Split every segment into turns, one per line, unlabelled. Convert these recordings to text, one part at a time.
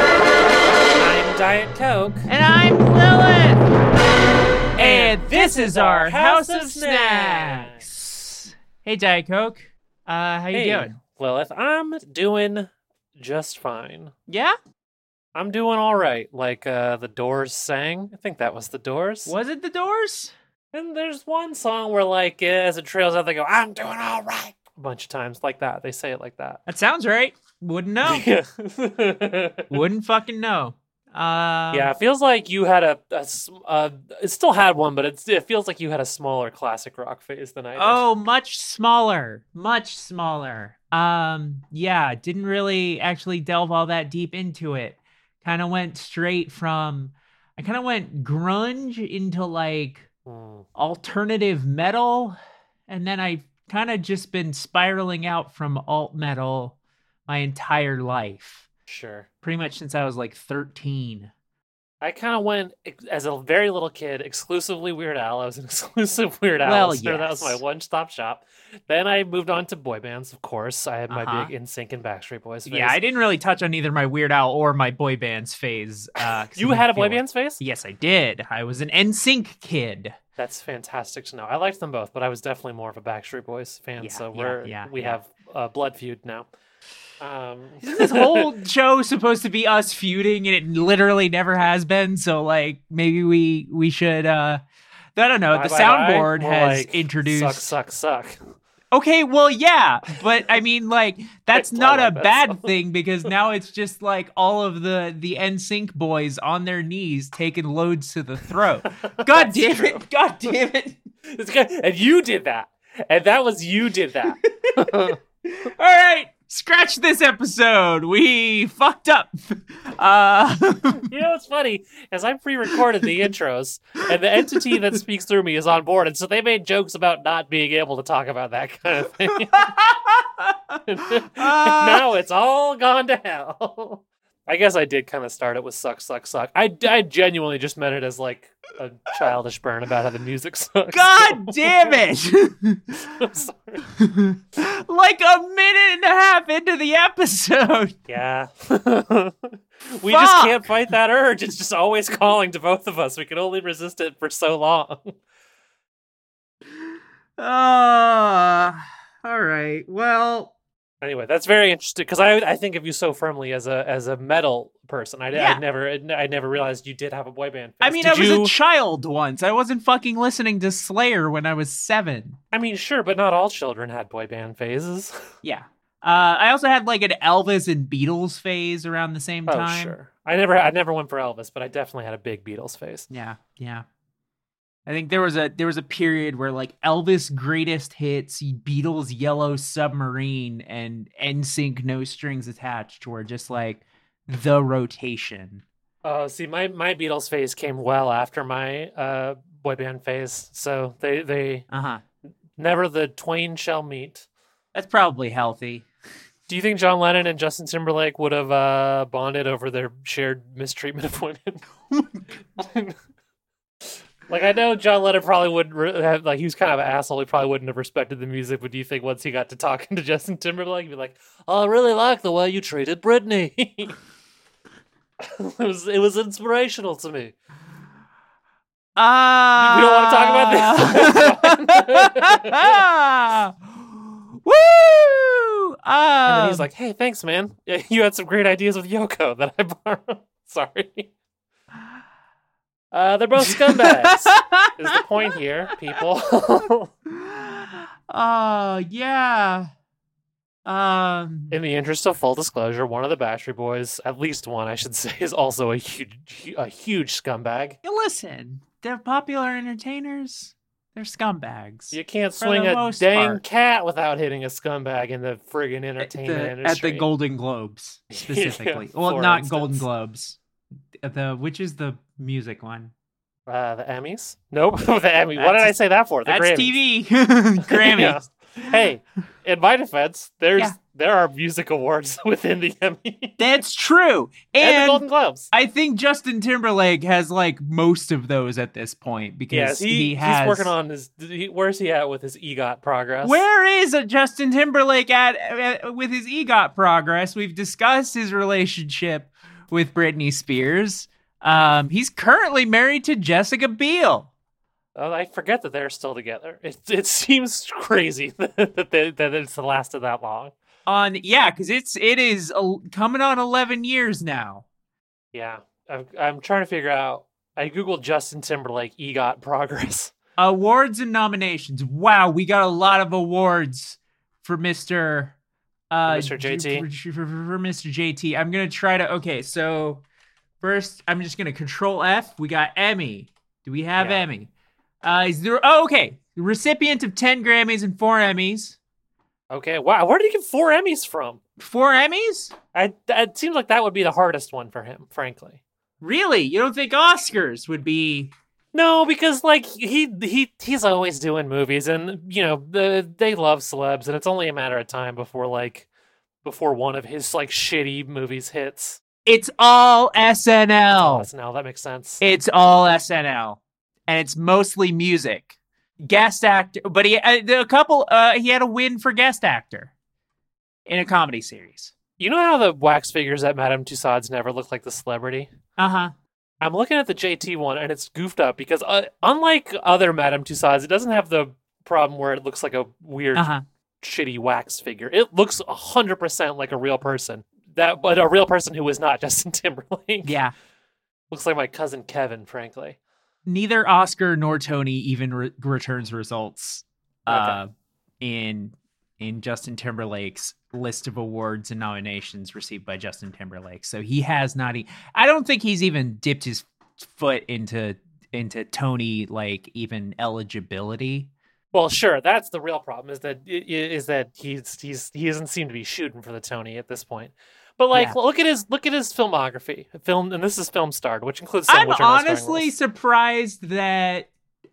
I'm Diet Coke,
And I'm Lilith! And this is our
House
House
of
of Snacks! Hey, Diet Coke. Uh, how you
Hey,
doing?
Lilith. I'm doing just fine.
Yeah?
I'm doing all right. Like uh, the Doors sang. I think that was the Doors.
Was it the doors?
And there's one song where, like, as it trails out, they go, "I'm doing all right" a bunch of times, like that. They say it like that.
That sounds right. Wouldn't know.
Yeah.
Wouldn't fucking know. Uh,
yeah, it feels like you had a, a, sm- uh, it still had one, but it's, it feels like you had a smaller classic rock phase than I did.
Oh, much smaller. Much smaller. Um, yeah, didn't really actually delve all that deep into it. Kind of went straight from, I kind of went grunge into like
Mm.
alternative metal and then i kind of just been spiraling out from alt metal my entire life
sure.
pretty much since i was like 13
I kind of went ex- as a very little kid exclusively Weird Al. I was an exclusive Weird Al.
Well,
listener. that was my
yes.
one-stop shop. Then I moved on to boy bands, of course. I had my
Uh-huh.
big NSYNC and Backstreet Boys. Phase.
yeah i didn't really touch on either my weird owl or my boy bands phase uh 'cause
You
I didn't
had a
feel
boy
like-
band's face?
yes i did i was an nsync kid
That's fantastic to know. I liked them both, but I was definitely more of a Backstreet Boys fan.
Yeah,
so
yeah,
we're
yeah,
we
yeah.
have a blood feud now. Um,
this whole show is supposed to be us feuding and it literally never has been so like maybe we we should uh i don't know
bye,
the
bye, bye,
soundboard
more
has
like
introduced
suck, suck, suck.
Okay, well, yeah, but I mean, like, that's
I
not a
love that
bad
song.
thing because now it's just like all of the the NSYNC boys on their knees taking loads to the throat. God
That's
damn
true.
it! God damn it!
This guy, and you did that, and that was you did that.
All right, scratch this episode. We fucked up. Uh,
You know what's funny is I pre-recorded the intros, and the entity that speaks through me is on board, and so they made jokes about not being able to talk about that kind of thing. And now it's all gone to hell. I guess I did kind of start it with "suck, suck, suck." I, I genuinely just meant it as like a childish burn about how the music sucks.
God damn it!
I'm sorry.
like a minute and a half into the episode.
Yeah, we just
Fuck.
can't fight that urge. It's just always calling to both of us. We can only resist it for so long.
Uh, all right. Well,
Anyway, that's very interesting because I I think of you so firmly as a as a metal person. I,
Yeah.
I never I never realized you did have a boy band.
I
phase.
mean,
Did
I was
you-
a child once. I wasn't fucking listening to Slayer when I was seven.
I mean, sure, but not all children had boy band phases.
Yeah. Uh, I also had like an Elvis and Beatles phase around the same
oh,
time.
sure. I never I never went for Elvis, but I definitely had a big Beatles phase.
Yeah, yeah. I think there was a there was a period where like Elvis greatest hits, Beatles Yellow Submarine, and NSYNC No Strings Attached were just like the rotation.
Oh, see, my my Beatles phase came well after my uh boy band phase, so they they
Uh huh.
never the twain shall meet.
That's probably healthy.
Do you think John Lennon and Justin Timberlake would have uh, bonded over their shared mistreatment of women? like, I know John Lennon probably wouldn't re- have, like, he was kind of an asshole. He probably wouldn't have respected the music, but do you think once he got to talking to Justin Timberlake, he'd be like, oh, I really like the way you treated Britney. it, was, it was inspirational to me.
Ah.
don't wanna talk about
this. Woo!
And
Um,
then he's like, hey, thanks, man. You had some great ideas with Yoko that I borrowed. Sorry. Uh, they're both scumbags. is the point here, people.
Oh yeah. Um.
In the interest of full disclosure, one of the Bastry Boys, at least one, I should say, is also a huge, a huge scumbag.
yeah, listen, they're popular entertainers. They're scumbags.
You can't
For
swing
the
a
most
dang
part.
cat without hitting a scumbag in the friggin'
at the,
entertainment
at the
industry.
Golden Globes specifically. well,
for
not Golden
instance.
Globes. The which is the music one?
uh, the Emmys? Nope. the Emmy. What did
That's-
I say that for? The
That's
Grammys.
TV. Grammy.
Yeah. Hey, in my defense, there's
Yeah.
there are music awards within the Emmy
That's true.
and, the
And,
Golden Globes.
I think Justin Timberlake has like most of those at this point because
Yes, he,
he has.
he's working on his. He, where's he at with his EGOT progress?
Where is a Justin Timberlake at, at with his EGOT progress? We've discussed his relationship with Britney Spears. Um, he's currently married to Jessica Biel.
Oh, I forget that they're still together. It it seems crazy that they, that it's lasted that long.
On yeah, because it's it is el- coming on eleven years now.
Yeah, I'm I'm trying to figure out. I googled Justin Timberlake EGOT progress.
Awards and nominations. Wow, we got a lot of awards for Mr. Uh,
For Mr. JT.
for, for- for Mr. JT. I'm gonna try to. Okay, so first I'm just gonna Control F. We got Emmy. Do we have
Yeah.
Emmy? Uh, is there? Oh, okay. Recipient of ten Grammys and four Emmys.
Okay, wow, where did he get four Emmys from?
Four Emmys?
I it seems like that would be the hardest one for him, frankly.
Really? You don't think Oscars would be?
No, because like he he he's always doing movies, and you know the, they love celebs, and it's only a matter of time before like before one of his like shitty movies hits.
It's all SNL.
now that makes sense.
It's all SNL, and it's mostly music. Guest actor, but he uh, the- a couple. Uh, he had a win for guest actor in a comedy series.
You know how the wax figures at Madame Tussauds never look like the celebrity?
Uh huh.
I'm looking at the JT one and it's goofed up because uh, unlike other Madame Tussauds, it doesn't have the problem where it looks like a weird,
Uh huh.
shitty wax figure. It looks 100% like a real person. That, but a real person who is not Justin Timberlake.
Yeah.
Looks like my cousin Kevin, frankly.
Neither Oscar nor Tony even re- returns results. Uh, in in Justin Timberlake's list of awards and nominations received by Justin Timberlake, so he has not. E- I don't think he's even dipped his foot into into Tony like even eligibility.
Well, sure, that's the real problem is that i- i- is that he's he's he doesn't seem to be shooting for the Tony at this point. But like,
Yeah.
look at his look at his filmography, film, and this is film starred, which includes. Some
I'm
which are not starring
honestly
roles.
surprised that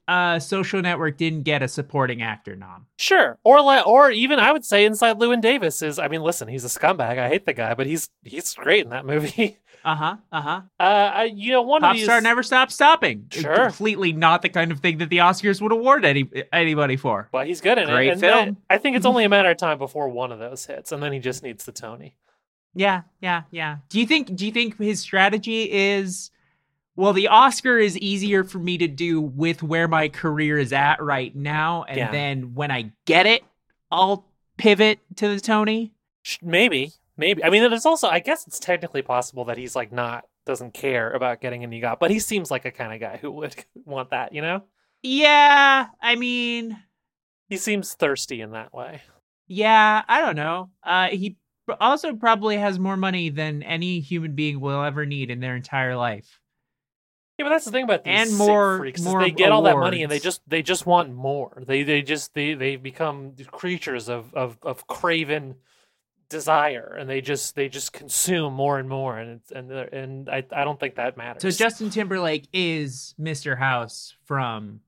uh, Social Network didn't get a supporting actor nom.
Sure, or li- or even I would say inside Lewin Davis is. I mean, listen, he's a scumbag. I hate the guy, but he's he's great in that movie.
Uh huh. Uh huh.
Uh, I, you know, one
Pop
of these.
star never stops stopping. It's
Sure.
Completely not the kind of thing that the Oscars would award any anybody for.
but he's good in
Great
it. And that-
film.
I think it's only a matter of time before one of those hits, and then he just needs the Tony.
Yeah. Yeah. Yeah. Do you think? Do you think his strategy is? Well, the Oscar is easier for me to do with where my career is at right now, and
Yeah.
then when I get it, I'll pivot to the Tony.
Sh- Maybe, maybe. I mean, there's also. I guess it's technically possible that he's like not doesn't care about getting an EGOT, but he seems like a kind of guy who would want that. You know,
Yeah, I mean,
he seems thirsty in that way.
Yeah, I don't know. Uh, he p- also probably has more money than any human being will ever need in their entire life.
Yeah, but that's the thing about these
And
sick
more-
freaks is
more
they get all that money and they
awards.
just they just want more. They they just they they become creatures of of of craven desire and they just they just consume more and more and it's, and they're- and I I don't think that matters.
So Justin Timberlake is Mr. House from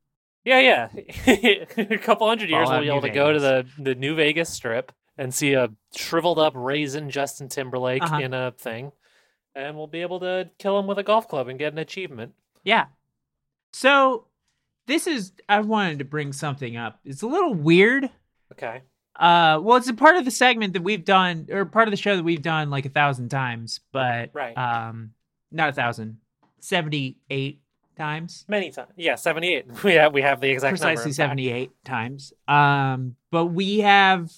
Yeah, yeah. a couple hundred years
Fallout
we'll be able to
New
go to the
Vegas.
the New Vegas strip and see a shriveled up raisin Justin Timberlake
Uh-huh.
in a thing and we'll be able to kill him with a golf club and get an achievement.
Yeah. So this is I wanted to bring something up. It's a little weird.
Okay.
Uh well it's a part of the segment that we've done or part of the show that we've done like a thousand times, but
Right.
um not a thousand. Seventy eight times.
Many times. Yeah, 78. We have we have the exact number,
precisely
in fact.
78 times. Um, but we have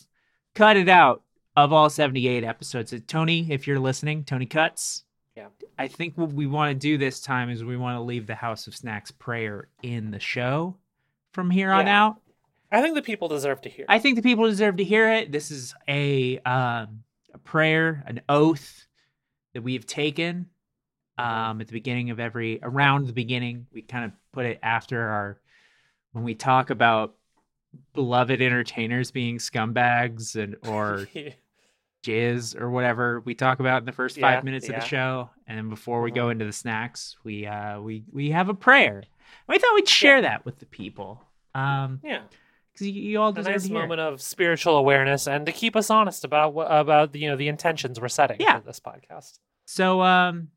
cut it out of all 78 episodes. Uh, Tony, if you're listening, Tony Cuts.
Yeah.
I think what we want to do this time is we want to leave the House of Snacks prayer in the show from here on
Yeah.
out.
I think the people deserve to hear.
I think the people deserve to hear it. This is a um, a prayer, an oath that we have taken
Mm-hmm.
um, at the beginning of every around the beginning. We kind of put it after our when we talk about beloved entertainers being scumbags and or jizz or whatever we talk about in the first
Yeah,
five minutes of
yeah.
the show, and then before we
Mhm.
go into the snacks, we uh, we we have a prayer. We thought we'd share that with the people. Um,
yeah.
because you, you all
a
deserve
nice
to hear it.
moment of spiritual awareness and to keep us honest about what about you know the intentions we're setting
Yeah.
for this podcast.
So um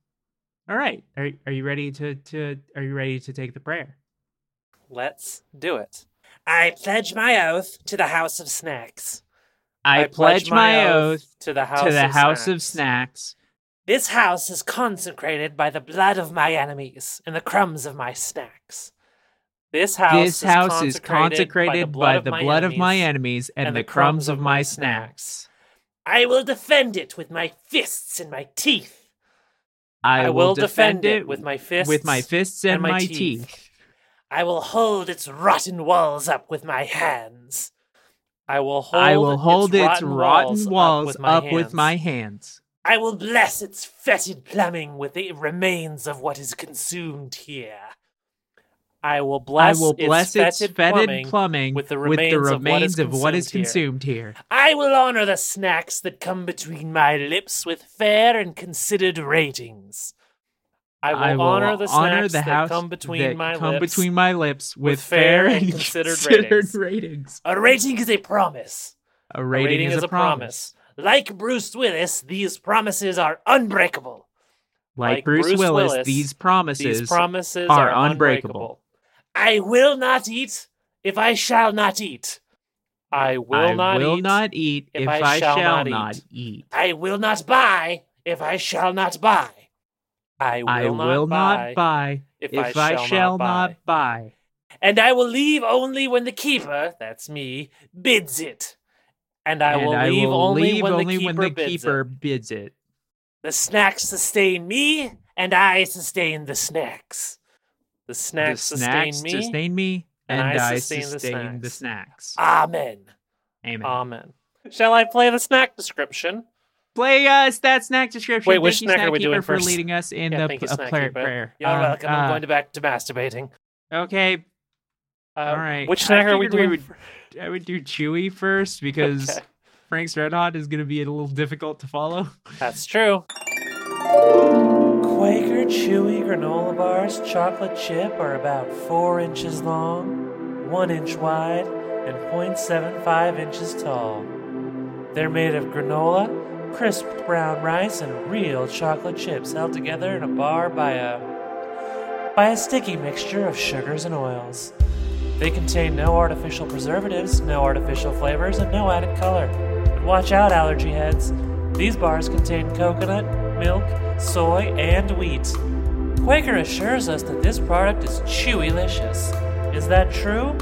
all right. Are are you ready to to are you ready to take the prayer?
Let's do it. I pledge my oath to the House of Snacks.
I, pledge my oath
to the House
to the
of
house
snacks.
of snacks.
This house is consecrated by the blood of my enemies and the crumbs of my snacks. This house,
This house is consecrated by the blood of my enemies
and
and the
the crumbs
crumbs of
of
my
my
snacks.
I will defend it with my fists and my teeth.
I will defend
it
it
with
with
my fists.
my fists and my teeth.
I will hold its rotten walls up with my hands. I will hold,
I will hold its rotten walls
up
up with my hands.
I will bless its fetid plumbing with the remains of what is consumed here. I will
I
bless,
will bless its fetid
plumbing.
plumbing
with
with
the
the
remains
remains
of
of what is
consumed
consumed here.
I will honor the snacks that come between my lips with fair and considered ratings. I will, honor the snacks
honor the
that
house
come between
that
my
come
lips.
between my lips with,
with
fair and considered, ratings.
A rating is a promise.
A
A
rating, is, a promise.
Like Bruce Willis, these promises are unbreakable.
Like,
Like
Bruce,
Bruce
Willis,
Willis,
these promises.
These promises
are
are,
unbreakable.
unbreakable. I will not eat if I shall not eat. I will
I
not
will
eat.
not eat if, I shall, not, eat.
I will not buy if I shall not buy. I will,
I
not,
will
buy,
not buy
if,
if I shall not buy.
And I will leave only when the keeper, that's me, bids it. And I
And
will
I
leave
will
only
leave
when
only
the keeper
when the
bids it.
keeper bids it.
The snacks sustain me, and I sustain the snacks. The snacks,
the snacks
sustain me.
sustain me, and, I sustain, the, snacks.
Amen.
Amen.
Amen. Shall I play the snack description?
Play us that snack description.
Wait,
Thank
which
you,
snack are we
Keeper,
doing
for
first?
leading us in
Yeah,
the
thank you,
p-
Snack
prayer,
Keeper.
prayer.
You're
Um,
welcome.
uh,
I'm going to back to masturbating.
Okay,
Uh,
all right.
Which
I
snack are we
figured
doing?
would- I would do Chewy first because
Okay.
Frank's Red Hot is going to be a little difficult to follow.
That's true. Quaker Chewy granola bars, chocolate chip, are about four inches long, one inch wide, and 0.75 inches tall. They're made of granola, crisp brown rice, and real chocolate chips held together in a bar by a by a sticky mixture of sugars and oils. They contain no artificial preservatives, no artificial flavors, and no added color. And watch out, allergy heads. These bars contain coconut, milk, soy, and wheat. Quaker assures us that this product is chewylicious. Is that true?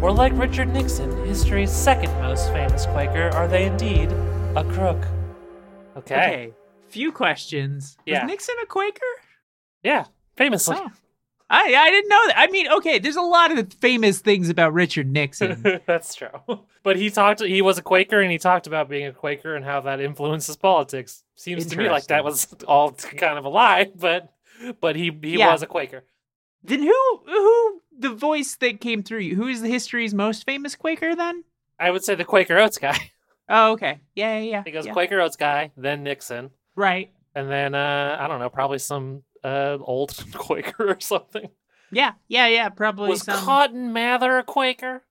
Or like Richard Nixon, history's second most famous Quaker, are they indeed a crook? Okay.
few questions.
Yeah.
Was Nixon a Quaker?
Yeah, famously.
Oh. I I didn't know that. I mean, okay, there's a lot of famous things about Richard Nixon.
That's true. But he talked. He was a Quaker, and he talked about being a Quaker and how that influences politics. Seems to me like that was all kind of a lie, but but he he
Yeah.
was a Quaker.
then who who the voice that came through you? Who is the history's most famous Quaker then?
I would say the Quaker Oats guy.
Oh, okay. Yeah, yeah, yeah.
He goes
yeah.
Quaker Oats guy, then Nixon,
Right.
and then uh, I don't know, probably some uh, old Quaker or something.
Yeah, yeah, yeah. Probably
Was
some.
Cotton Mather a Quaker?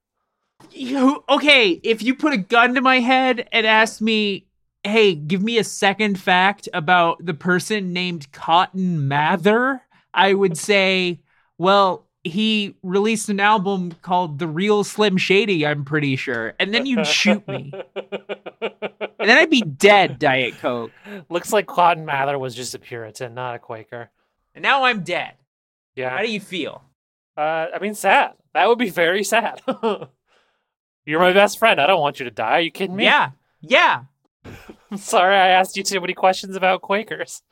You okay? If you put a gun to my head and asked me, "Hey, give me a second fact about the person named Cotton Mather," I would say, "Well." He released an album called The Real Slim Shady, I'm pretty sure. And then you'd shoot me. And then I'd be dead, Diet Coke.
Looks like Cotton Mather was just a Puritan, not a Quaker.
And now I'm dead. How
Yeah.
do you feel?
Uh, I mean, sad. That would be very sad. You're my best friend. I don't want you to die. Are you kidding me?
Yeah. Yeah.
I'm sorry I asked you too many questions about Quakers.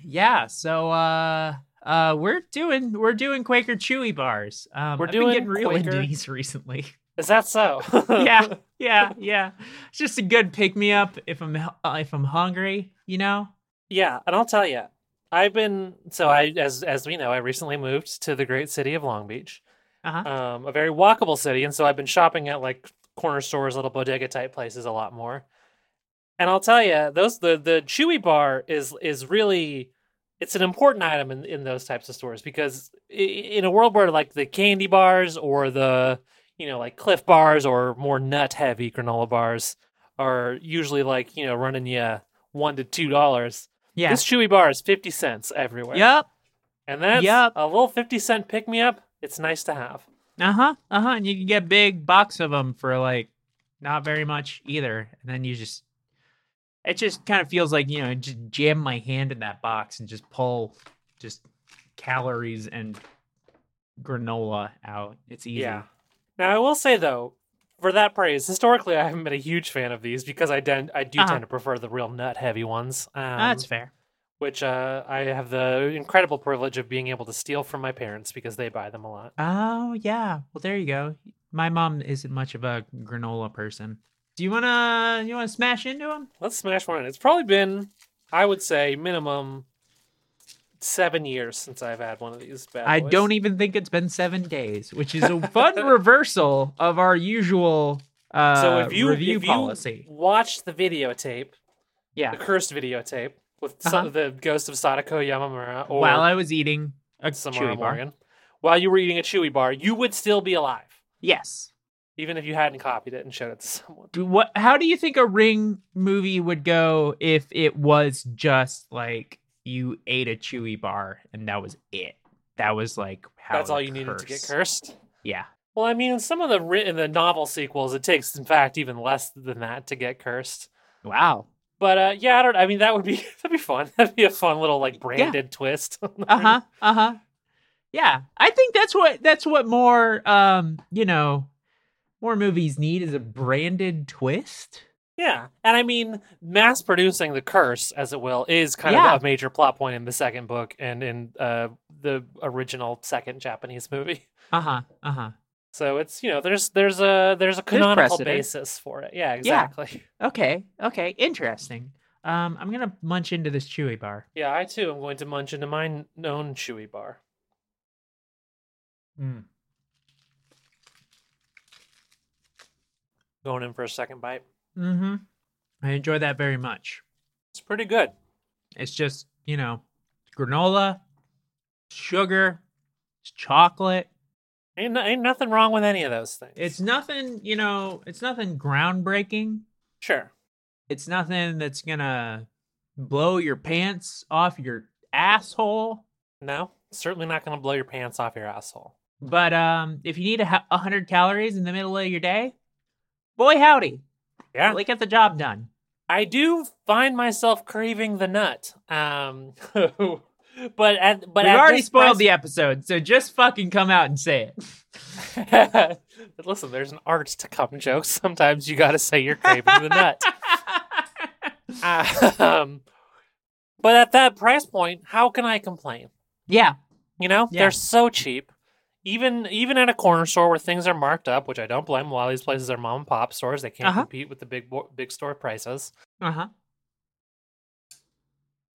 Yeah. So uh uh we're doing we're doing Quaker Chewy bars. Um
We're
I've
doing
been getting real into
Quaker-
these recently.
Is that so?
yeah. Yeah. Yeah. It's just a good pick me up if I'm hu- uh, if I'm hungry, you know?
Yeah, and I'll tell you, I've been so I as as we know, I recently moved to the great city of Long Beach,
Uh-huh.
um, a very walkable city, and so I've been shopping at like corner stores, little bodega type places a lot more. And I'll tell you, those the the Chewy bar is is really it's an important item in, in those types of stores because i- in a world where like the candy bars or the you know like Cliff bars or more nut heavy granola bars are usually like you know running you one to two dollars.
Yeah.
This chewy bar is 50 cents everywhere.
Yep.
And that's
Yup.
a little 50 cent pick me up. It's nice to have.
Uh-huh. Uh-huh. And you can get big box of them for like not very much either. And then you just it just kind of feels like, you know, just jam my hand in that box and just pull just calories and granola out. It's easy.
Now, I will say, though, for that praise, historically, I haven't been a huge fan of these because I, den- I do
Uh-huh.
tend to prefer the real nut heavy ones. Um,
Ah, that's fair.
Which uh, I have the incredible privilege of being able to steal from my parents because they buy them a lot.
Oh, yeah. Well, there you go. My mom isn't much of a granola person. Do you want to you want to smash into them?
Let's smash one. in. It's probably been, I would say, minimum seven years since I've had one of these bad
I
boys.
don't even think it's been 7 days, which is a fun reversal of our usual uh
so if you
review
if you
policy.
watched the videotape,
Yeah.
the cursed videotape with so-
Uh-huh.
the ghost of Sadako Yamamura or
While I was eating a
Samara
chewy bar.
Morgan, while you were eating a chewy bar, you would still be alive,
Yes.
even if you hadn't copied it and showed it to someone.
Do what how do you think a ring movie would go if it was just like you ate a chewy bar and that was it? That was like how
That's
the
all you needed to get
curse-
cursed.
Yeah.
Well, I mean, in some of the ri- in the novel sequels, it takes, in fact, even less than that to get cursed.
Wow.
But uh, yeah, I don't. I mean, that would be that'd be fun. That'd be a fun little like branded twist.
Uh huh. Uh huh. Yeah, I think that's what that's what more um you know more movies need is a branded twist.
Yeah, and I mean, mass producing the curse, as it will, is kind
Yeah.
of a major plot point in the second book and in uh, the original second Japanese movie.
Uh huh. Uh huh.
So it's you know, there's there's a there's a canonical
precedent.
basis for it. Yeah, exactly.
Okay. Okay. Interesting. Um, I'm gonna munch into this chewy bar.
Yeah. I too am going to munch into my n- own chewy bar.
Mm.
Going in for a second bite.
Mm-hmm. I enjoy that very much.
It's pretty good.
It's just you know granola, sugar, it's chocolate.
Ain't no- ain't nothing wrong with any of those things.
It's nothing you know. It's nothing groundbreaking.
sure.
it's nothing that's gonna blow your pants off your asshole.
No, certainly not going to blow your pants off your asshole.
But um, if you need a hu- a hundred calories in the middle of your day, boy howdy,
Yeah.
we get the job done.
I do find myself craving the nut. Um, but at but
We've
at
already
this
spoiled
price-
the episode, so just fucking come out and say it.
but listen, there's an art to cum jokes. Sometimes you got to say you're craving the nut. Um, but at that price point, how can I complain?
yeah,
You know,
Yeah.
they're so cheap. Even even at a corner store where things are marked up, which I don't blame. A lot of these places are mom and pop stores. They can't
Uh-huh.
compete with the big bo- big store prices.
uh
Uh-huh.
huh.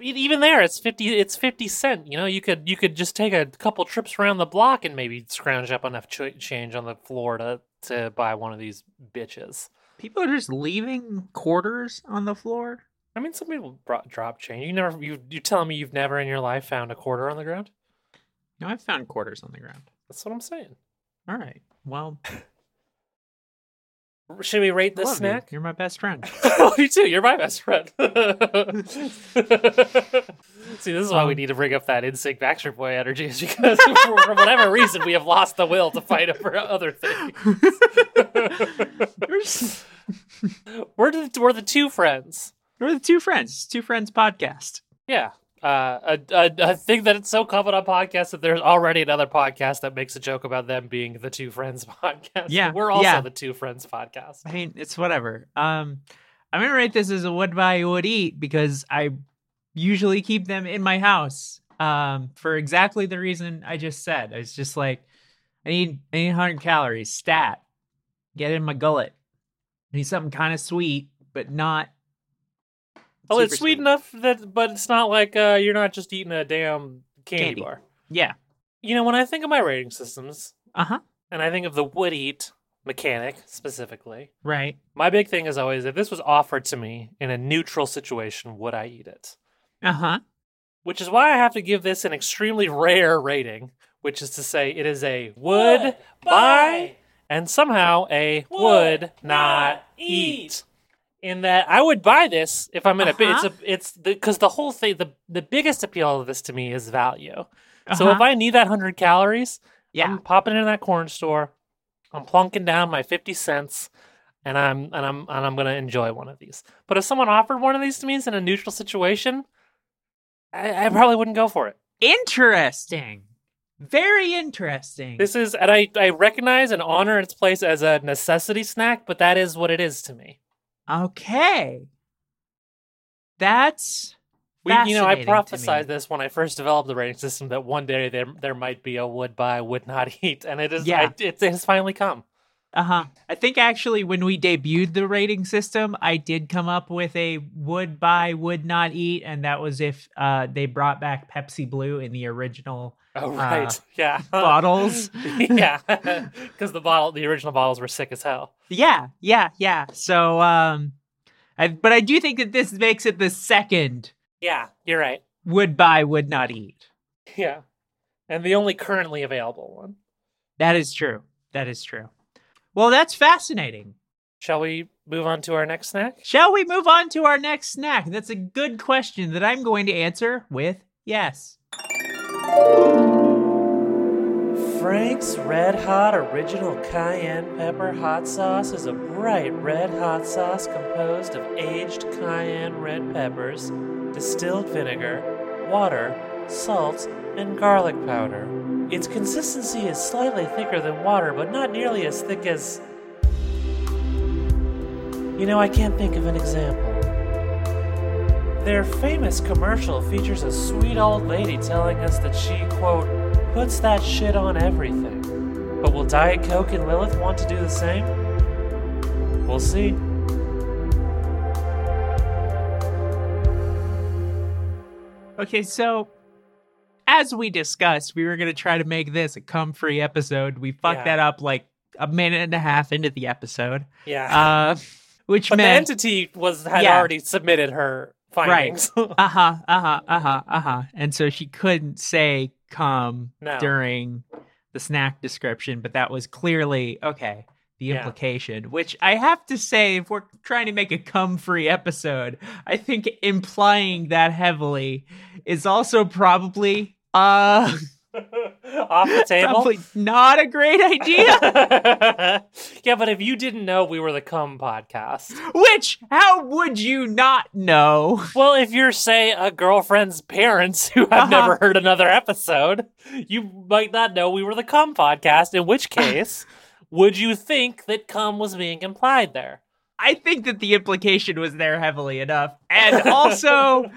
E- Even there, it's fifty. It's fifty cent. You know, you could you could just take a couple trips around the block and maybe scrounge up enough ch- change on the floor to to buy one of these bitches.
People are just leaving quarters on the floor.
I mean, some people brought drop change. You never, you you telling me you've never in your life found a quarter on the ground?
No, I've found quarters on the ground.
That's what I'm saying.
All right. Well,
Should we rate
love
this
you.
snack?
You're my best friend.
oh, you too. You're my best friend. See, this is why we
Um,
need to bring up that NSYNC Backstreet Boy energy, is because for, for whatever reason we have lost the will to fight over other things.
You're just-
We're the, we're the two friends.
We're the two friends. It's two friends podcast.
Yeah. Uh, a, a, a thing that it's so common on podcasts that there's already another podcast that makes a joke about them being the Two Friends podcast.
Yeah,
We're also
yeah.
the Two Friends podcast.
I mean, it's whatever. Um, I'm gonna rate this as a what I would eat because I usually keep them in my house. Um, for exactly the reason I just said. It's just like I need I need 100 calories. Stat, get it in my gullet. I need something kind of sweet, but not.
Oh, it's
super
sweet, enough that, but it's not like uh, you're not just eating a damn
Candy.
candy. bar.
Yeah.
You know, when I think of my rating systems,
Uh huh.
and I think of the wood eat mechanic specifically,
Right.
my big thing is always if this was offered to me in a neutral situation, would I eat it?
Uh huh.
Which is why I have to give this an extremely rare rating, which is to say it is a would, buy and somehow a would, not eat. In that I would buy this if I'm in a bit. It's
Uh-huh.
a it's because the whole thing the the biggest appeal of this to me is value. So if I need that hundred calories,
yeah,
I'm popping into that corn store. I'm plunking down my fifty cents, and I'm and I'm and I'm gonna enjoy one of these. But if someone offered one of these to me in a neutral situation, I, I probably wouldn't go for it.
interesting. Very interesting.
This is and I I recognize and honor its place as a necessity snack, but that is what it is to me.
Okay. That's
We, you know, I
fascinating to me.
prophesied this when I first developed the rating system that one day there there might be a would buy, would not eat, and it is
Yeah.
I, it, it has finally come.
uh-huh. I think actually when we debuted the rating system, I did come up with a would buy, would not eat, and that was if uh they brought back Pepsi Blue in the original
Oh right, yeah,
bottles.
yeah, because the bottle, the original bottles were sick as hell.
Yeah, yeah, yeah. So um I but I do think that this makes it the second
Yeah, you're right.
would buy, would not eat.
Yeah, and the only currently available one.
That is true. That is true. Well, that's fascinating.
Shall we move on to our next snack?
Shall we move on to our next snack? That's a good question that I'm going to answer with yes.
Frank's Red Hot Original Cayenne Pepper Hot Sauce is a bright red hot sauce composed of aged cayenne red peppers, distilled vinegar, water, salt, and garlic powder. Its consistency is slightly thicker than water, but not nearly as thick as. You know, I can't think of an example. Their famous commercial features a sweet old lady telling us that she, quote, puts that shit on everything. But will Diet Coke and Lilith want to do the same? We'll see.
Okay, so as we discussed, we were going to try to make this a cum free episode. We fucked
Yeah.
that up like a minute and a half into the episode,
Yeah.
uh, which
but
meant.
the entity was had
Yeah.
already submitted her findings.
uh huh, uh huh, uh huh, uh huh. And so she couldn't say cum
No.
during the snack description, but that was clearly okay. The
Yeah.
implication, which I have to say, if we're trying to make a cum free episode, I think implying that heavily is also probably uh
Off the table.
probably not a great idea.
yeah, but if you didn't know we were the cum podcast.
which how would you not know?
Well, if you're say a girlfriend's parents who have
Uh-huh.
never heard another episode, you might not know we were the cum podcast, in which case would you think that cum was being implied there?
I think that the implication was there heavily enough. And also,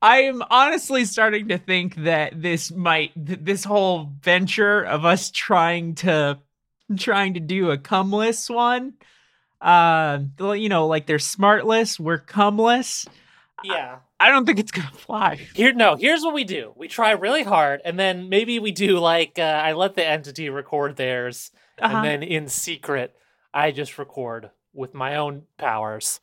I am honestly starting to think that this might, th- this whole venture of us trying to, trying to do a cumless one, uh, well, you know, like they're smartless, we're cumless.
Yeah.
I don't think it's gonna fly.
Here, no. Here's what we do: we try really hard, and then maybe we do like uh, I let the entity record theirs,
Uh-huh.
and then in secret, I just record with my own powers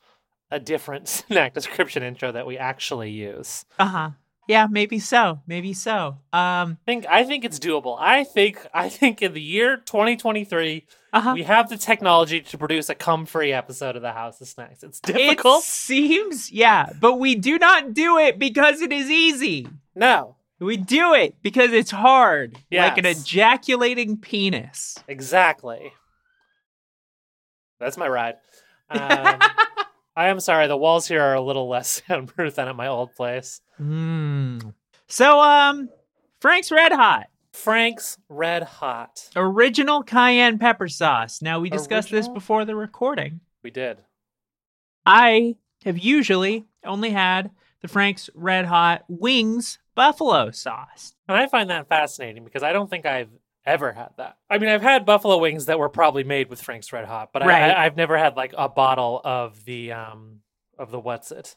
a different snack description intro that we actually use.
Uh-huh. Yeah, maybe so. Maybe so.
I
Um
think I think it's doable. I think I think in the year 2023
uh-huh.
we have the technology to produce a cum free episode of the House of Snacks. It's difficult.
It seems, yeah, but we do not do it because it is easy.
No,
We do it because it's hard, like an
Yes.
ejaculating penis.
exactly. That's my ride. Um, I am sorry. The walls here are a little less soundproof than at my old place.
Mm. So, um, Frank's Red Hot
Frank's Red Hot.
original cayenne pepper sauce. Now we discussed this
Original?
before the recording.
We did.
I have usually only had the Frank's Red Hot wings buffalo sauce.
And I find that fascinating because I don't think I've ever had that. I mean, I've had buffalo wings that were probably made with Frank's Red Hot, but
Right.
I, I, I've never had like a bottle of the um of the what's it.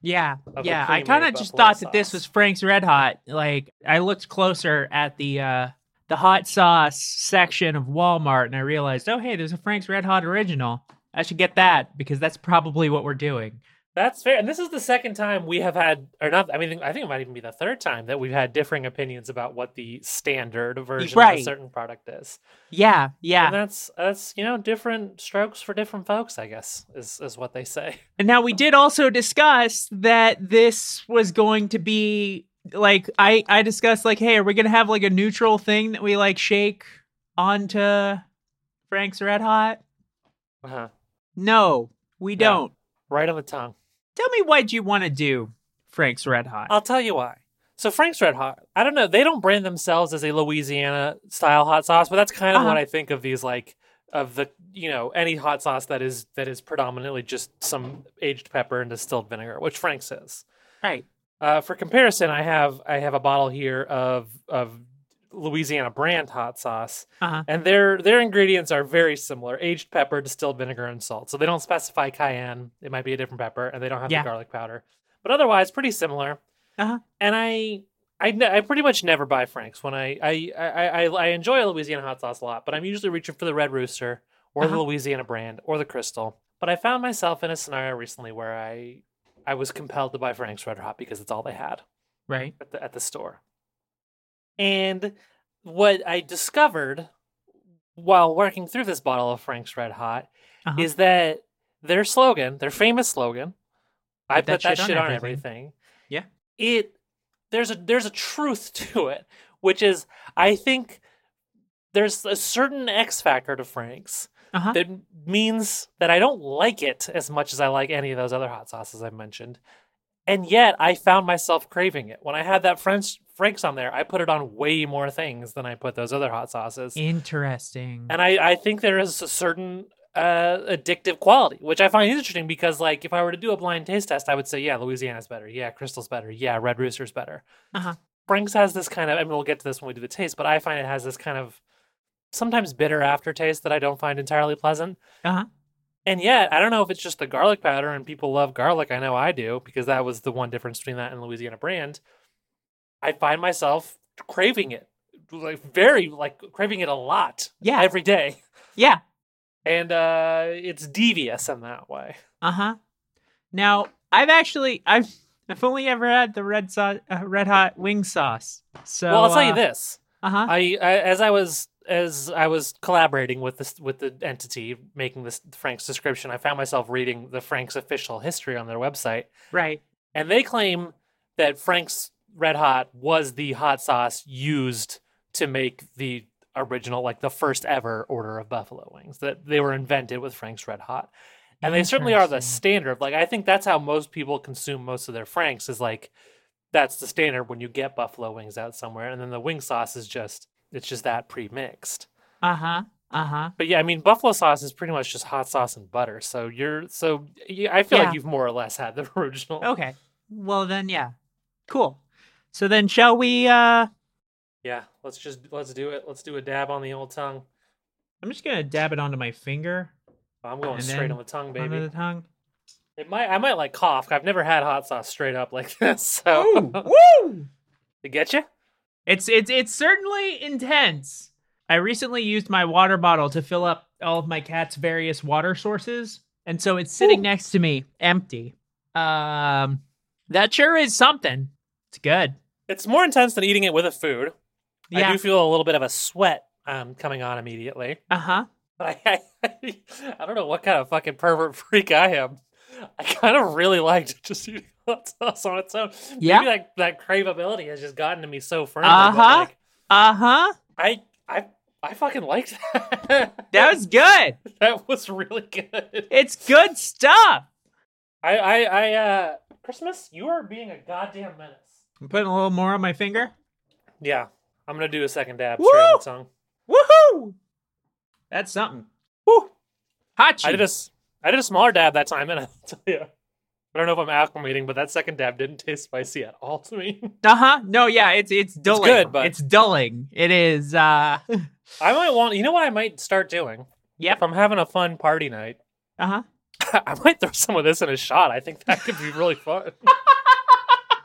Yeah,
the
yeah. I kind
creamery
of just
buffalo
thought that this
sauce.
was Frank's Red Hot. Like I looked closer at the uh the hot sauce section of Walmart and I realized, oh hey, there's a Frank's Red Hot original. I should get that because that's probably what we're doing.
That's fair. And this is the second time we have had, or not. I mean, I think it might even be the third time that we've had differing opinions about what the standard version of
Right.
a certain product is.
Yeah, yeah.
And that's that's you know different strokes for different folks. I guess is is what they say.
And now we did also discuss that this was going to be like I I discussed like, hey, are we gonna have like a neutral thing that we like shake onto Frank's Red Hot?
Uh-huh.
No, we
No.
don't.
Right on the tongue.
Tell me what you want to do, Frank's Red Hot.
I'll tell you why. So Frank's Red Hot, I don't know. They don't brand themselves as a Louisiana style hot sauce, but that's kind of what
Uh-huh.
I think of these like of the you know any hot sauce that is that is predominantly just some aged pepper and distilled vinegar, which Frank's is.
right.
Uh, for comparison, I have I have a bottle here of of Louisiana brand hot sauce,
Uh-huh.
and their their ingredients are very similar: aged pepper, distilled vinegar, and salt. So they don't specify cayenne; it might be a different pepper, and they don't have
Yeah.
the garlic powder. But otherwise, pretty similar.
Uh-huh.
And I. I, ne- I pretty much never buy Frank's when I I, I, I I enjoy a Louisiana hot sauce a lot, but I'm usually reaching for the Red Rooster or the
Uh-huh.
Louisiana brand or the Crystal. But I found myself in a scenario recently where I I was compelled to buy Frank's Red Hot because it's all they had
Right.
at the at the store. And what I discovered while working through this bottle of Frank's Red Hot
Uh-huh.
is that their slogan, their famous slogan, I
Put
put that shit on
everything."
everything.
Yeah.
It there's a there's a truth to it, which is I think there's a certain X factor to Frank's
Uh-huh.
that means that I don't like it as much as I like any of those other hot sauces I've mentioned. And yet I found myself craving it. When I had that French Frank's on there, I put it on way more things than I put those other hot sauces.
Interesting.
And I, I think there is a certain uh, addictive quality, which I find interesting because, like, if I were to do a blind taste test, I would say, yeah, Louisiana's better. Yeah, Crystal's better. Yeah, Red Rooster's better.
Uh-huh.
Frank's has this kind of, I mean, we'll get to this when we do the taste, but I find it has this kind of sometimes bitter aftertaste that I don't find entirely pleasant.
Uh-huh.
And yet, I don't know if it's just the garlic powder and people love garlic. I know I do because that was the one difference between that and Louisiana brand. I find myself craving it, like very, like craving it a lot
yeah.
every day
yeah.
and uh it's devious in that way
Uh-huh. Now, I've actually I've I've only ever had the red sauce uh, red hot wing sauce. So
well i'll tell you
uh,
this
Uh-huh.
I, I as i was as i was collaborating with this with the entity making this frank's description i found myself reading the frank's official history on their website
right.
and they claim that frank's red hot was the hot sauce used to make the original like the first ever order of buffalo wings that they were invented with frank's red hot and they certainly are the
Interesting.
standard like i think that's how most people consume most of their franks is like that's the standard when you get buffalo wings out somewhere and then the wing sauce is just it's just that pre-mixed
Uh-huh. Uh-huh.
but yeah i mean buffalo sauce is pretty much just hot sauce and butter so you're so you, i feel
Yeah.
like you've more or less had the original
Okay. Well then yeah. Cool. So then shall we uh
yeah let's just let's do it let's do a dab on the old tongue
I'm just going to dab it onto my finger,
i'm going
And
straight
then
on the tongue
onto
baby
the tongue.
it might i might like cough i've never had hot sauce straight up like this so
Ooh, woo!
to get you
It's it's it's certainly intense. I recently used my water bottle to fill up all of my cat's various water sources, And so it's sitting next to me, empty. Um, that sure is something. It's good.
It's more intense than eating it with a food. I
Yeah.
do feel a little bit of a sweat um, coming on immediately.
Uh huh.
But I, I, I don't know what kind of fucking pervert freak I am. I kind of really liked just eating hot sauce on its own.
Yeah.
Maybe that, that craveability has just gotten to me so firmly.
Uh-huh.
But like,
Uh huh.
I, I, I fucking liked that.
That was good.
that was really good.
It's good stuff.
I, I, I, uh, Christmas, you are being a goddamn menace.
I'm putting a little more on my finger.
Yeah. I'm going to do a second dab
Woo!
straight on that song.
Woohoo! That's something. Woo! Hachi.
I did a, s- I did a smaller dab that time, and I'll tell you, I don't know if I'm acclimating, but that second dab didn't taste spicy at all to me.
Uh huh. No, yeah, it's it's dulling.
good, but-
it's dulling. It is. uh
I might want, you know what I might start doing?
Yep.
If I'm having a fun party night,
Uh huh.
I might throw some of this in a shot. I think that could be really fun.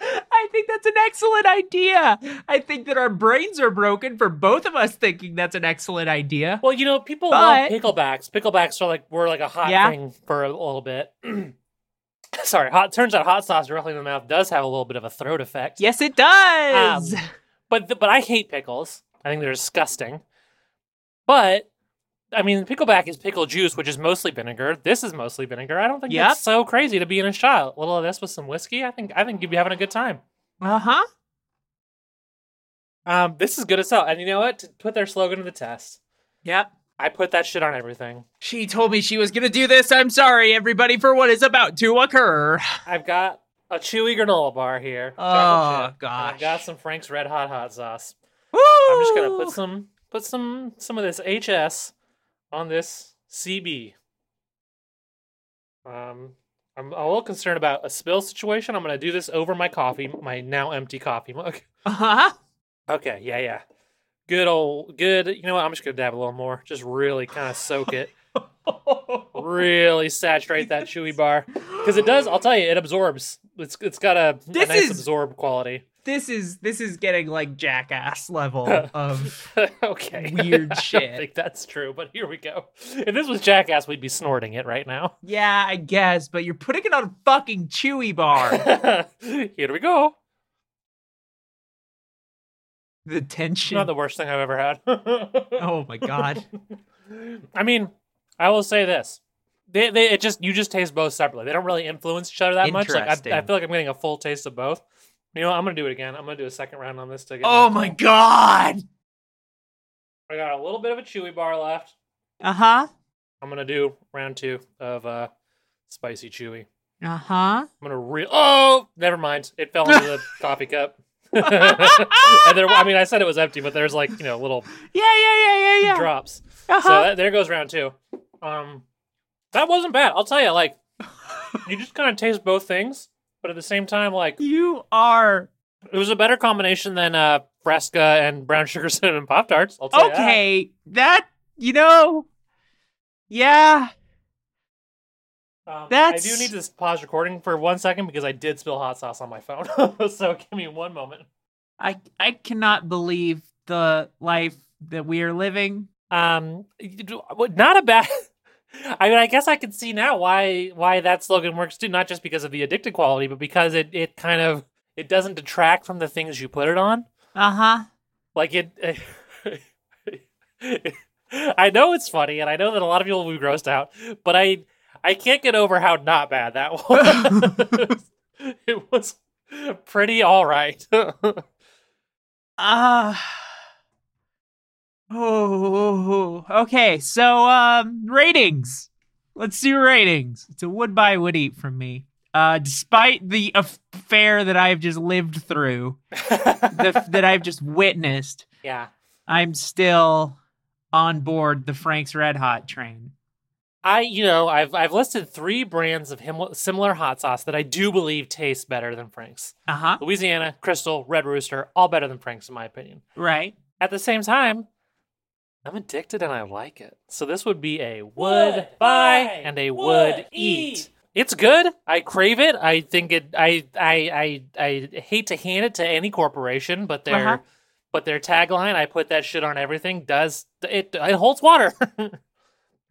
I think that's an excellent idea. I think that our brains are broken for both of us thinking that's an excellent idea.
well, you know, people love
But-
picklebacks. Picklebacks are like were like a hot
Yeah.
thing for a little bit. Sorry, hot turns out hot sauce directly in the mouth does have a little bit of a throat effect.
Yes, it does.
Um, but th- but I hate pickles. I think they're disgusting. But I mean, pickleback is pickle juice, which is mostly vinegar. This is mostly vinegar. I don't think
Yep.
that's so crazy to be in a shot. A little of this with some whiskey. I think I think you'd be having a good time.
uh huh.
Um, this is good as hell. And you know what? To put their slogan to the test,
Yep.
I put that shit on everything.
She told me she was gonna do this. I'm sorry, everybody, for what is about to occur.
I've got a chewy granola bar here.
Oh,
chocolate chip, and I've
gosh.
got some Frank's Red Hot hot sauce.
Woo!
I'm just gonna put some put some some of this HS on this CB. Um, I'm a little concerned about a spill situation. I'm gonna do this over my coffee, my now empty coffee mug.
Uh huh.
Okay, yeah, yeah. Good old good. You know what? I'm just gonna dab a little more. Just really kind of soak it.
Uh-huh.
really saturate that chewy bar because it does. I'll tell you, it absorbs. It's it's got a, a
This
nice
is-
absorb quality.
This is this is getting like jackass level of
okay.
Weird
I
shit.
don't think that's true, but here we go. If this was Jackass, we'd be snorting it right now.
Yeah, I guess, but you're putting it on a fucking chewy bar.
here we go.
the tension.
Not the worst thing I've ever had.
oh my god.
I mean, I will say this. They, they, it just you just taste both separately. They don't really influence each other that much. Like I, I
Interesting.
feel like I'm getting a full taste of both. You know, what? I'm gonna do it again. I'm gonna do a second round on this to get.
Oh my god.
I got a little bit of a chewy bar left.
Uh huh.
I'm gonna do round two of uh, spicy chewy.
Uh huh.
I'm gonna re. Oh, never mind. It fell into the coffee cup. and there, I mean, I said it was empty, but there's like you know little
Yeah, yeah, yeah, yeah, yeah.
drops.
Uh-huh.
So that, there goes round two. Um, that wasn't bad. I'll tell you. Like, you just kind of taste both things, but at the same time, like
you are
it was a better combination than uh Fresca and brown sugar cinnamon pop tarts. I'll tell you that.
okay. That you know. Yeah.
Um,
That's-
I do need to pause recording for one second because I did spill hot sauce on my phone. so give me one moment.
I I cannot believe the life that we are living.
Um, you do- what- not a bad. I mean, I guess I can see now why why that slogan works too. Not just because of the addicted quality, but because it it kind of it doesn't detract from the things you put it on.
Uh huh.
Like it. I know it's funny, and I know that a lot of people will be grossed out, but I I can't get over how not bad that was. it was pretty all right.
Ah. oh. Okay. So um ratings. Let's do ratings. It's a would buy would eat from me. Uh despite the affair that I've just lived through, the, that I've just witnessed,
yeah.
I'm still on board the Frank's Red Hot train.
I, you know, I've I've listed three brands of him, similar hot sauce that I do believe taste better than Frank's.
Uh-huh.
Louisiana, Crystal, Red Rooster, all better than Frank's in my opinion.
Right.
At the same time, I'm addicted and I like it. So this would be a would, buy and a would, eat. It's good. I crave it. I think it. I I I, I hate to hand it to any corporation, but their
Uh-huh.
but their tagline, "I put that shit on everything," does it? It holds water.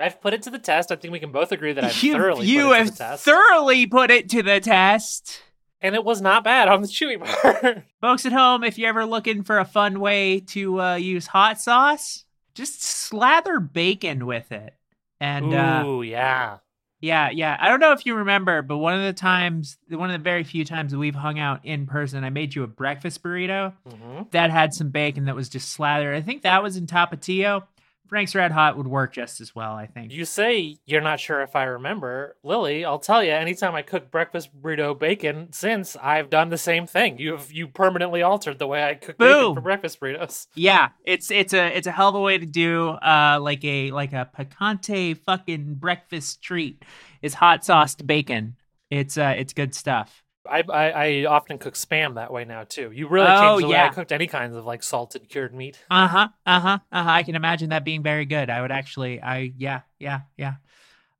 I've put it to the test. I think we can both agree that I've
you
thoroughly
you
put it
have
to the test.
thoroughly put it to the test.
and it was not bad on the chewy bar.
Folks at home, if you're ever looking for a fun way to uh, use hot sauce, just slather bacon with it. And uh,
Ooh, yeah.
Yeah, yeah. I don't know if you remember, but one of the times, one of the very few times that we've hung out in person, I made you a breakfast burrito
hmm
that had some bacon that was just slathered. I think that was in Tapatio. Frank's Red Hot would work just as well, I think.
You say you're not sure if I remember, Lily. I'll tell you. Anytime I cook breakfast burrito bacon, since I've done the same thing, you've you permanently altered the way I cook bacon
Boom.
for breakfast burritos.
yeah, it's it's a it's a hell of a way to do uh like a like a picante fucking breakfast treat. It's hot sauced bacon. It's uh it's good stuff.
I, I I often cook spam that way now too. You really
Oh,
changed the way I
yeah.
cooked any kinds of like salted cured meat.
Uh-huh. Uh-huh. Uh-huh. I can imagine that being very good. I would actually I yeah, yeah, yeah.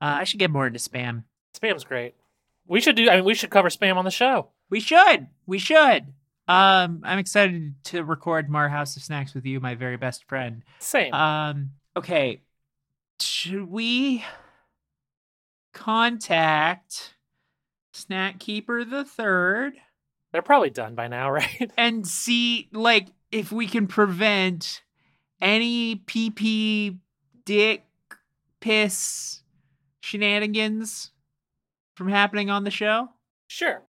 Uh, I should get more into spam.
Spam's great. We should do. I mean, we should cover spam on the show.
We should. We should. Um, I'm excited to record more House of Snacks with you, my very best friend.
Same.
Um, okay. Should we contact Snack Keeper the Third
They're probably done by now, right?
and see, like, if we can prevent any PP dick piss shenanigans from happening on the show?
sure.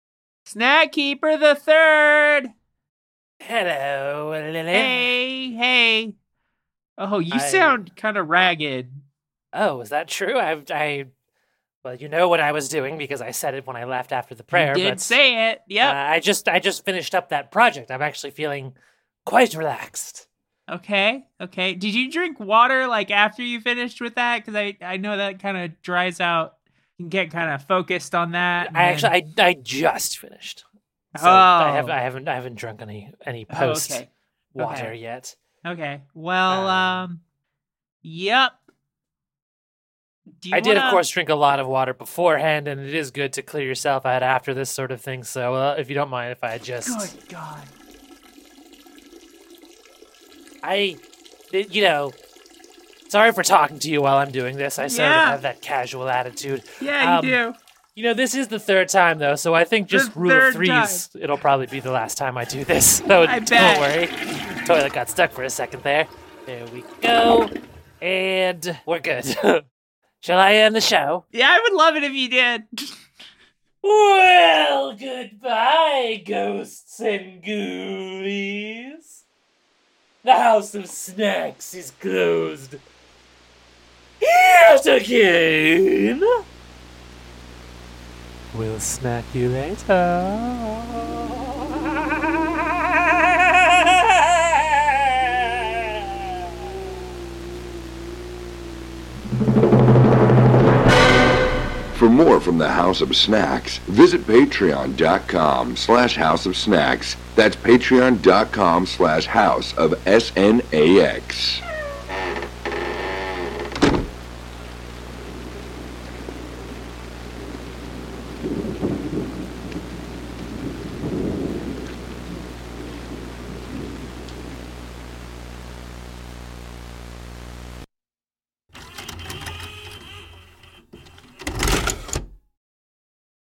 Snack Keeper the Third.
Hello, Lily.
Hey, hey. Oh, you
I-
sound kind of ragged.
Oh, is that true? I I. Well, you know what I was doing because I said it when I left after the prayer.
you did
but,
say it.
uh,
Yep.
I just I just finished up that project. I'm actually feeling quite relaxed.
okay. Okay. Did you drink water like after you finished with that? Because I I know that kind of dries out. You can get kind of focused on that. and
I
then-
actually I, I just finished. So I, have,
Oh.
I haven't I haven't drunk any any
Oh,
post
okay.
water
okay.
yet.
Okay. Well,
Um,
um, yep. Do you
I did, of
wanna-
course, drink a lot of water beforehand, and it is good to clear yourself out after this sort of thing. So, uh, if you don't mind, if I just
Good God.
I, it- you know, sorry for talking to you while I'm doing this. I sort
Yeah.
of have that casual attitude. Um,
Yeah, you do.
You know, this is the third time though, so I think just
The
rule of
third
threes. It'll probably be the last time I do this. So
I
don't
bet.
worry. Toilet got stuck for a second there. There we go, and we're good. Shall I end the show?
Yeah, I would love it if you did.
Well, goodbye, ghosts and ghoulies. The house of snacks is closed. Yet again! We'll snack you later.
For more from the House of Snacks, visit patreon.com slash house of snacks. That's patreon.com slash house of S-N-A-X.